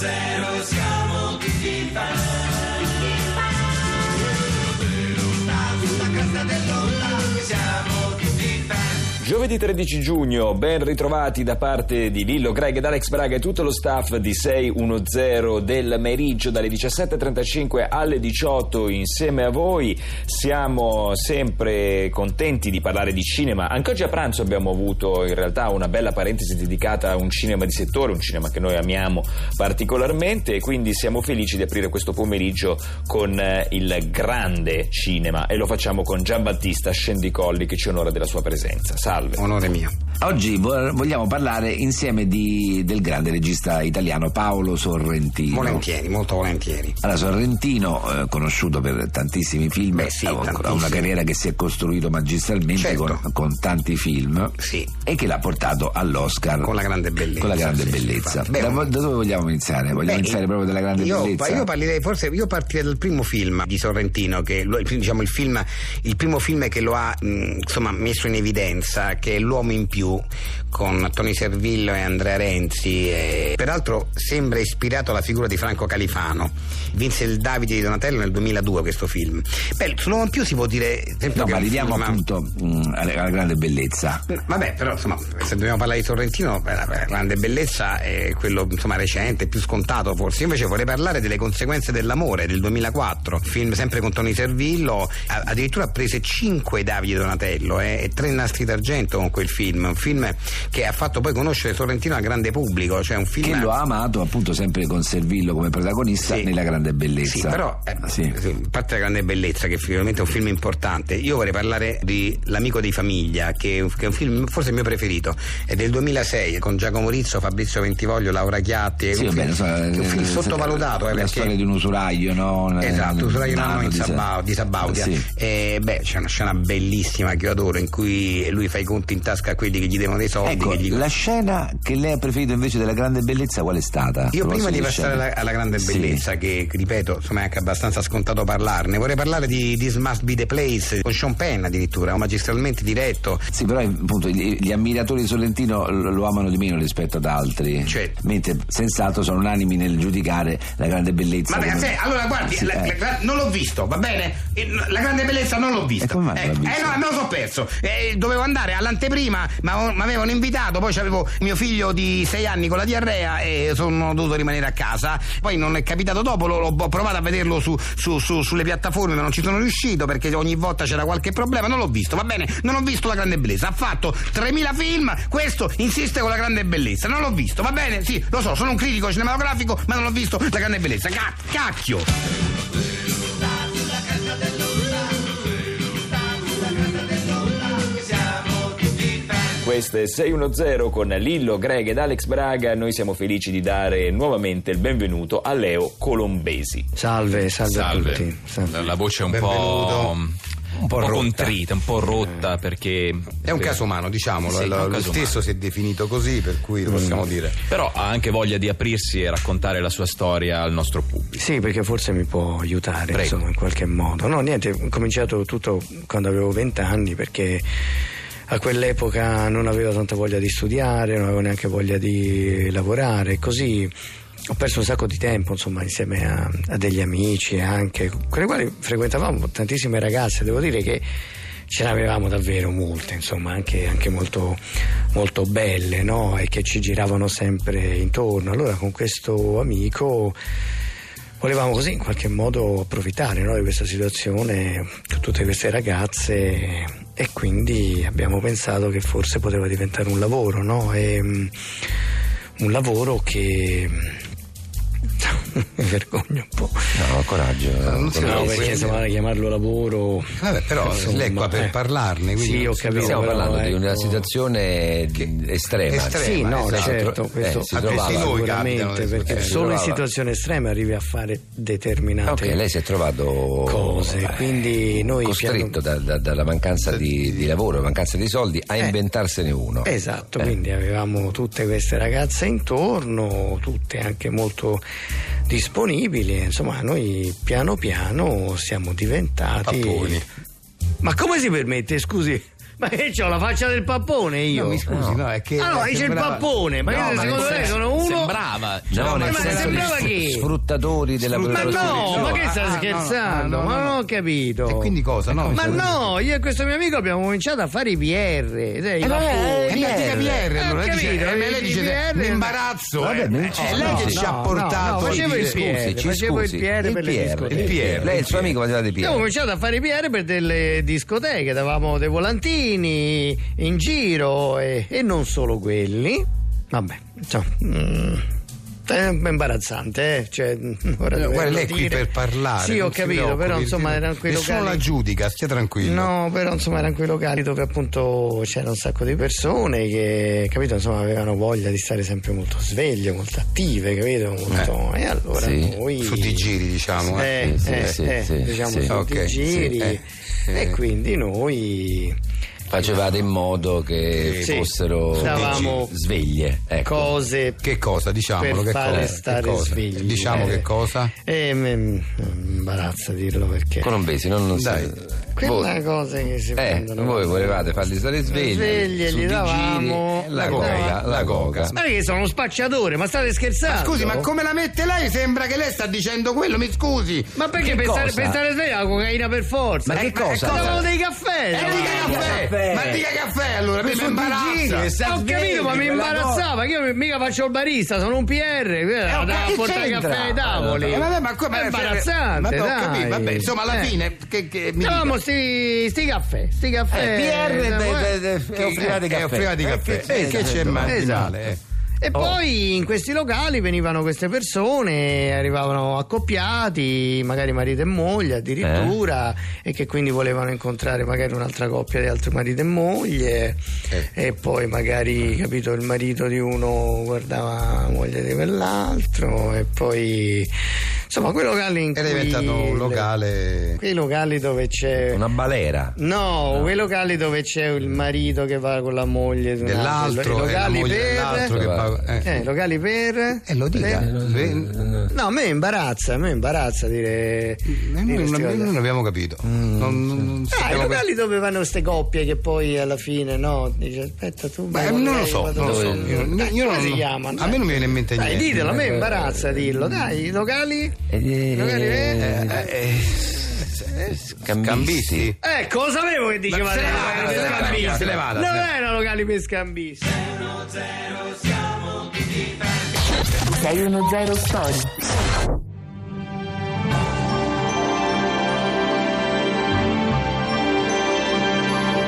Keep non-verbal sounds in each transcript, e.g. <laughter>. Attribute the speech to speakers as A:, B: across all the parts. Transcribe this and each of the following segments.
A: vero siamo tutti fan. Sulla cresta dell'onda siamo tutti fan.
B: Giovedì 13 giugno, ben ritrovati da parte di Lillo Greg ed Alex Braga e tutto lo staff di 610 del meriggio dalle 17.35 alle 18 insieme a voi. Siamo sempre contenti di parlare di cinema. Anche oggi a pranzo abbiamo avuto in realtà una bella parentesi dedicata a un cinema di settore, un cinema che noi amiamo particolarmente e quindi siamo felici di aprire questo pomeriggio con eh, il grande cinema e lo facciamo con Giambattista Scendicolli che ci onora della sua presenza. Salve.
C: Onore mio.
D: Oggi vo- vogliamo parlare insieme di- del grande regista italiano Paolo Sorrentino.
C: Volentieri, molto volentieri.
D: Allora, Sorrentino, eh, conosciuto per tantissimi film,
C: Beh, sì,
D: ha un- ha una
C: tantissimi.
D: carriera che si è costruito magistralmente
C: Certo.
D: con, con tanti film
C: Sì.
D: e che l'ha portato all'Oscar
C: Con la grande bellezza,
D: Con la grande
C: sì,
D: bellezza.
C: infatti. Beh,
D: da,
C: un-
D: da dove vogliamo iniziare? Vogliamo
C: Beh,
D: iniziare proprio dalla grande
C: io,
D: bellezza?
C: Io parlerei forse io partirei dal primo film di Sorrentino, che è lo- il, diciamo, il, film, il primo film che lo ha mh, insomma, messo in evidenza, che è L'uomo in più, con Tony Servillo e Andrea Renzi. e- peraltro sembra ispirato alla figura di Franco Califano. Vinse il Davide di Donatello nel 2002 questo film. Beh, sull'uomo in più si può dire... sempre che è
D: No, ma
C: un
D: arriviamo
C: film-
D: appunto mh, alla, alla grande bellezza.
C: Mm, Vabbè, però insomma, se dobbiamo parlare di Sorrentino, beh, la la grande bellezza è quello insomma, recente, più scontato forse. Io invece vorrei parlare delle conseguenze dell'amore del 2004, film sempre con Tony Servillo, a- addirittura prese 5 Davide Donatello eh, e 3 nastri d'argento con quel film, un film che ha fatto poi conoscere Sorrentino al grande pubblico, cioè un film
D: Che lo ha amato appunto sempre con Servillo come protagonista
C: Sì.
D: nella grande bellezza.
C: Sì, però eh,
D: Sì.
C: sì, a parte la grande bellezza, che sicuramente è un film importante, io vorrei parlare di L'amico di famiglia, che è un, che è un film forse il mio preferito, è del 2006 con Giacomo Rizzo, Fabrizio Ventivoglio, Laura Chiatti, è
D: Sì,
C: un,
D: vabbè,
C: film,
D: insomma,
C: è un film
D: eh,
C: sottovalutato. eh,
D: La
C: perché-
D: storia di un usuraio, no?
C: Esatto, sulla Ionano in
D: di-
C: Sabau- di Sabaudia.
D: Sì.
C: Eh, beh, c'è una scena bellissima che io adoro in cui lui fa i conti in tasca a quelli che gli devono dei soldi.
D: Ecco,
C: che gli-
D: la scena che lei ha preferito invece della grande bellezza qual è stata?
C: Io
D: A
C: prima di
D: proposito
C: passare
D: scene.
C: alla, alla grande
D: Sì.
C: bellezza, che ripeto, insomma è anche abbastanza scontato parlarne, vorrei parlare di This Must Be the Place, con Sean Penn addirittura, un magistralmente diretto.
D: Sì, però appunto gli, gli ammiratori di Sorrentino lo lo amano di meno rispetto ad altri.
C: Certo.
D: Mentre senz'altro sono unanimi nel giudicare la grande bellezza.
C: Ma beh,
D: come-
C: se- allora guardi,
D: Sì,
C: la-
D: eh.
C: la- non l'ho visto, va bene? Eh, no, La grande bellezza non l'ho vista.
D: E come mai non
C: eh,
D: l'ha
C: eh,
D: vista?
C: no, me lo so perso. Eh, dovevo andare all'anteprima, ma mi avevano invitato, poi avevo mio figlio di sei anni con la diarrea e sono dovuto rimanere a casa. Poi non è capitato dopo, l'ho, l'ho- ho provato a vederlo su- su- su- sulle piattaforme, ma non ci sono riuscito perché ogni volta c'era qualche problema, non l'ho visto, va bene? Non ho visto la grande bellezza. Ha fatto 3000 film, questo insiste con la grande bellezza. Non l'ho visto, va bene? Sì, lo so, sono un critico cinematografico, ma non l'ho visto la grande bellezza. Ca- cacchio!
B: Questo è 610 con Lillo, Greg ed Alex Braga. Noi siamo felici di dare nuovamente il benvenuto a Leo Colombesi.
E: Salve, salve,
F: Salve.
E: a tutti. Salve.
F: La, la voce è un
C: Benvenuto.
F: po', un po'
C: rotta.
F: contrita, un po' rotta perché...
C: È un caso umano, diciamolo.
F: Sì,
C: eh,
F: è
C: lo
F: un
C: lo
F: caso
C: stesso si è definito così, per cui lo possiamo dire.
F: Però ha anche voglia di aprirsi e raccontare la sua storia al nostro pubblico.
E: Sì, perché forse mi può aiutare
F: Prego.
E: insomma, in qualche modo. No, niente, ho cominciato tutto quando avevo 20 anni perché a quell'epoca non avevo tanta voglia di studiare, non avevo neanche voglia di lavorare, così ho perso un sacco di tempo insomma insieme a, a degli amici anche, con i quali frequentavamo tantissime ragazze, devo dire che ce ne avevamo davvero molte, insomma, anche, anche molto, molto belle, no? E che ci giravano sempre intorno. Allora con questo amico volevamo così in qualche modo approfittare no, di questa situazione con tutte queste ragazze e quindi abbiamo pensato che forse poteva diventare un lavoro, no? E, mm, un lavoro che... <laughs> mi vergogno un po'.
D: No, coraggio.
C: non si
E: No,
C: Sì,
E: perché
C: sì.
E: insomma chiamarlo lavoro.
C: Vabbè, però
E: Insomma,
C: lei è qua per
E: eh.
C: parlarne. quindi
E: Sì,
C: non
E: ho
C: si-
E: capito.
G: Stiamo
E: però,
G: parlando di una
E: ecco,
G: situazione mh, estrema.
C: Estrema.
E: Sì, no,
C: esatto.
E: certo,
G: Eh,
E: questo
G: si
E: a
G: trovava.
E: tutti noi
C: Sicuramente,
E: capitano,
C: eh,
E: perché
G: si
E: solo in
G: trovava.
E: situazioni estreme arrivi a fare determinate
G: Ok, Cioè, lei si è trovato
E: cose,
G: eh,
E: quindi noi
G: costretto
E: piano-
G: da- da- dalla mancanza di, di lavoro, mancanza di soldi, a
E: Eh.
G: inventarsene uno.
E: Esatto,
G: Eh.
E: quindi avevamo tutte queste ragazze intorno, tutte anche molto disponibili, insomma noi piano piano siamo diventati...
C: Papponi.
E: Ma come si permette, scusi? Ma che c'ho la faccia del pappone io?
C: No, mi scusi, no, è che.
E: Allora dice il
C: sembrava-
E: pappone, ma
D: No,
E: io
D: ma
E: secondo
D: nel
E: lei
D: senso-
E: sono uno.
F: Sembrava.
E: No,
D: No, nel
E: ma
D: senso di
E: sembrava
D: sfru-
E: che-
D: sfruttatori della
E: Ma no,
D: prostituzione.
E: ma che
C: Ah, ah,
E: stai
C: no,
E: scherzando?
C: no, no,
E: Ma
C: no.
E: non ho capito.
C: E quindi cosa? No,
E: Ma
C: mi-
E: no, io e questo mio amico abbiamo cominciato a fare i PR. Eh,
C: Eh, eh, eh, dica PR, allora lei dice, eh, lei dice mi imbarazzo.
D: Vabbè,
C: eh.
D: non ci
C: È
D: sono.
C: lei che ci ha portato.
E: facevo il
C: Scusi,
E: PR,
D: ci
E: facevo il
D: scusi.
E: PR per
D: Il
E: le
D: PR,
E: discoteche.
D: il
C: PR.
D: Lei e il suo amico faceva dei piedi.
E: Abbiamo cominciato a fare i PR per delle discoteche, davamo dei volantini in giro e, e non solo quelli. Vabbè, insomma, mm, è un po' imbarazzante, eh? cioè, mm, ora
C: Eh, Guarda,
E: doverlo
C: lei è qui
E: dire.
C: per parlare.
E: Sì, ho
C: non si
E: capito,
C: preoccupi,
E: però insomma
C: il-
E: erano quei
C: Nessuno
E: locali.
C: la giudica, stia
E: <laughs>
C: tranquillo.
E: No, però insomma erano quei locali dove appunto c'era un sacco di persone che, capito, insomma avevano voglia di stare sempre molto sveglie, molto attive, capito? Molto... e allora
G: sì.
E: noi...
C: Eh. Su di giri, diciamo. eh.
E: Eh,
G: Sì, sì,
E: eh,
G: sì,
E: eh,
G: sì,
E: diciamo
G: sì.
E: su
C: Ok,
E: di
C: sì,
E: giri.
C: eh,
E: E quindi noi
G: Facevate in modo che
E: Sì.
G: fossero
E: Davamo-
G: sveglie. Ecco.
E: cose
C: Che cosa? Diciamolo.
E: per
C: Diciamo che
E: fare
C: cosa?
E: stare
C: che cosa?
E: svegli.
C: Diciamo
E: Eh.
C: che cosa?
E: Eh, mi- mi imbarazza dirlo perché
G: Colombesi, non, non
C: Dai.
E: quella
G: voi-
E: cosa che si
G: Eh,
E: prendono
G: voi volevate farli stare svegli.
E: Sveglie,
G: su
E: gli
G: di
E: davamo-
G: giri, la
E: gli
G: coca,
E: davamo-
G: la coca.
E: ma che sono uno spacciatore ma state scherzando
C: Scusi, ma come la mette lei? Sembra che lei sta dicendo quello, mi scusi.
E: Ma perché
D: Che
E: pensare,
D: cosa?
E: pensare sveglio alla cocaina per forza
D: Ma che
E: Eh,
D: cosa?
E: davano dei caffè
C: E
E: davano.
C: dica Eh, caffè!
D: caffè.
C: Ma dica caffè allora, mi
D: Su di giri,
C: imbarazza!
D: e sta
E: ho
D: svegli,
E: capito ma mi
D: quella cosa.
E: imbarazzava che io mica faccio il barista sono un PR
C: Eh,
E: andavo a
C: che
E: portare
C: c'entra?
E: caffè ai tavoli
C: Eh, vabbè, ma come
E: è imbarazzante
C: Vabbè, ho
E: dai.
C: capito, vabbè, insomma, alla
E: Eh.
C: fine che, che mi
E: Davamo
C: dica.
E: sti, sti caffè, sti caffè.
D: PR
E: eh,
D: de- de- de-
C: Che-
D: e offrivate
C: eh,
D: caffè.
C: offrivate i caffè.
D: Eh,
C: Eh, che c'è ma- di
E: Esatto.
C: male? eh?
E: E poi in questi locali venivano queste persone, arrivavano accoppiati, magari marito e moglie addirittura,
C: Eh?
E: e che quindi volevano incontrare magari un'altra coppia di altri marito e moglie,
C: Certo.
E: e poi magari, capito, il marito di uno guardava la moglie di quell'altro, e poi insomma quei locali in
C: Era
E: cui-
C: diventato un locale.
E: Quei locali dove c'è...
G: Una balera.
E: No, quei locali dove c'è il marito che va con la moglie di un
C: dell'altro
E: altro, i
C: e la
E: locali
C: moglie
E: per
C: dell'altro che va-
E: eh,
C: eh.
E: locali per
C: Eh, lo dica.
E: per-
C: Ve-
E: No, a me imbarazza, a me imbarazza dire,
C: eh,
E: dire
C: Noi
E: ste
C: non,
E: cose.
C: non abbiamo capito. Non, non- non
E: Ah, i
C: sappiamo que-
E: locali dove vanno queste coppie che poi alla fine no, dice aspetta tu
C: Beh,
E: vai con
C: non lo
E: lei,
C: so,
E: vado
C: non lo
E: con
C: so.
E: lei.
C: Io-
E: Dai,
C: io
E: come
C: non-
E: si chiama?
C: a me non mi viene in mente
E: Dai,
C: niente. Mm. Eh,
E: ditelo, a me imbarazza dirlo. Dai, i locali i locali per-
C: Cambisti?
E: Ecco, lo sapevo che diceva
C: eh. Se ne vada, se ne vada, se ne vada, se
E: Non
C: ne
E: era locali per scambisti.
H: 610 Story.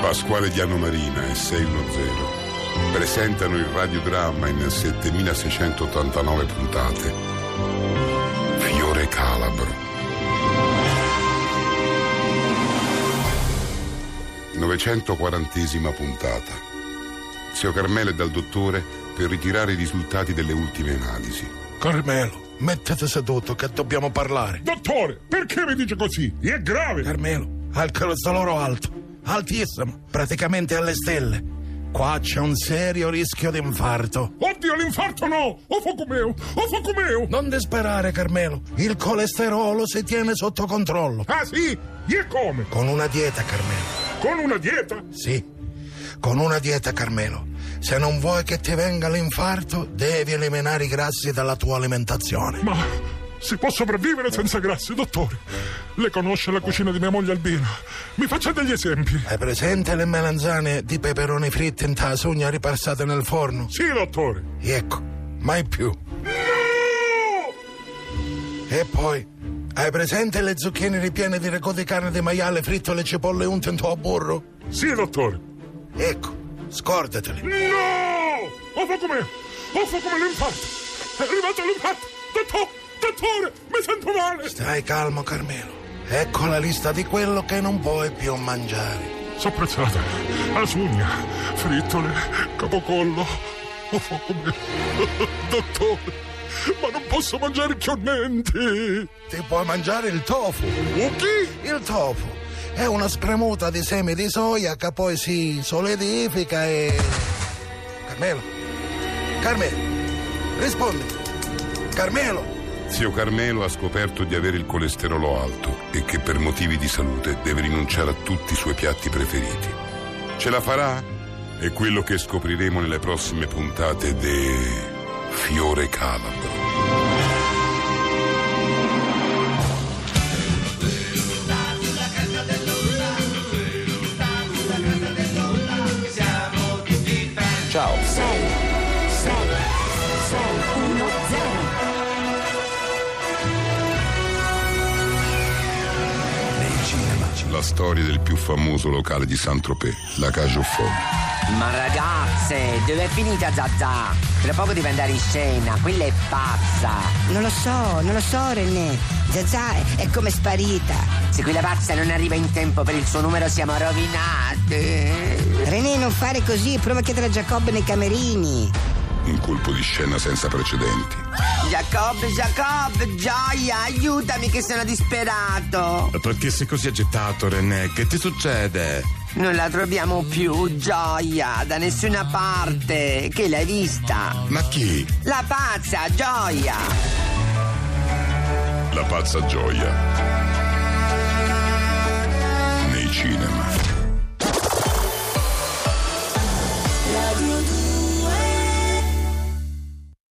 I: Pasquale Diano Marina e 610 presentano il radiodramma in 7689 puntate. Fiore Calabro. 940 puntata. Zio Carmelo è dal dottore per ritirare i risultati delle ultime analisi.
J: Carmelo, mettete seduto che dobbiamo parlare.
K: Dottore, perché mi dice così? È grave.
J: Carmelo, ha il colesterolo alto, altissimo, praticamente alle stelle. Qua c'è un serio rischio di infarto.
K: Oddio, l'infarto no! O focomeo! O focomeo!
J: Non disperare, Carmelo, il colesterolo si tiene sotto controllo.
K: Ah sì? E come?
J: Con una dieta, Carmelo.
K: Con una dieta?
J: Sì, con una dieta, Carmelo. Se non vuoi che ti venga l'infarto, devi eliminare i grassi dalla tua alimentazione.
K: Ma si può sopravvivere senza grassi, dottore? Lei conosce la cucina di mia moglie Albina. Mi faccia degli esempi.
J: Hai presente le melanzane di peperoni fritti in tasugna ripassate nel forno?
K: Sì, dottore.
J: Ecco, mai più. E poi, hai presente le zucchine ripiene di ricò di carne di maiale fritto e le cipolle unte in tuo burro?
K: Sì, dottore.
J: Ecco, scordateli.
K: No! O focomeo! O focomeo l'infarto! È arrivato l'infarto! Dottore! Dottore! Mi sento male!
J: Stai calmo, Carmelo. Ecco la lista di quello che non puoi più mangiare.
K: Sopprezzata, lasugna, frittole, capocollo. Oh, come... Dottore, ma non posso mangiare chiormenti.
J: Ti puoi mangiare il tofu.
K: Ok?
J: Il tofu è una spremuta di semi di soia che poi si solidifica e. Carmelo? Carmelo? Rispondi! Carmelo!
I: Zio Carmelo ha scoperto di avere il colesterolo alto e che per motivi di salute deve rinunciare a tutti i suoi piatti preferiti. Ce la farà? È quello che scopriremo nelle prossime puntate di Fiore Calabro.
L: Ciao.
M: 6, 6, 6, 1, 0.
I: La storia del più famoso locale di Saint-Tropez, la Cajofolle.
J: Ma ragazze, dove è finita Zazà? Tra poco deve andare in scena, quella è pazza.
N: Non lo so, non lo so René. Zazà è- è come sparita.
J: Se quella pazza non arriva in tempo per il suo numero siamo rovinate.
N: René, non fare così, prova che tra Giacobbe nei camerini.
I: Un colpo di scena senza precedenti.
J: Jacob, Jacob, gioia, aiutami che sono disperato.
O: Perché sei così agitato, René? Che ti succede?
J: Non la troviamo più, gioia, da nessuna parte. Che l'hai vista?
I: Ma chi?
J: La pazza, gioia.
I: La pazza gioia. Nei cinema.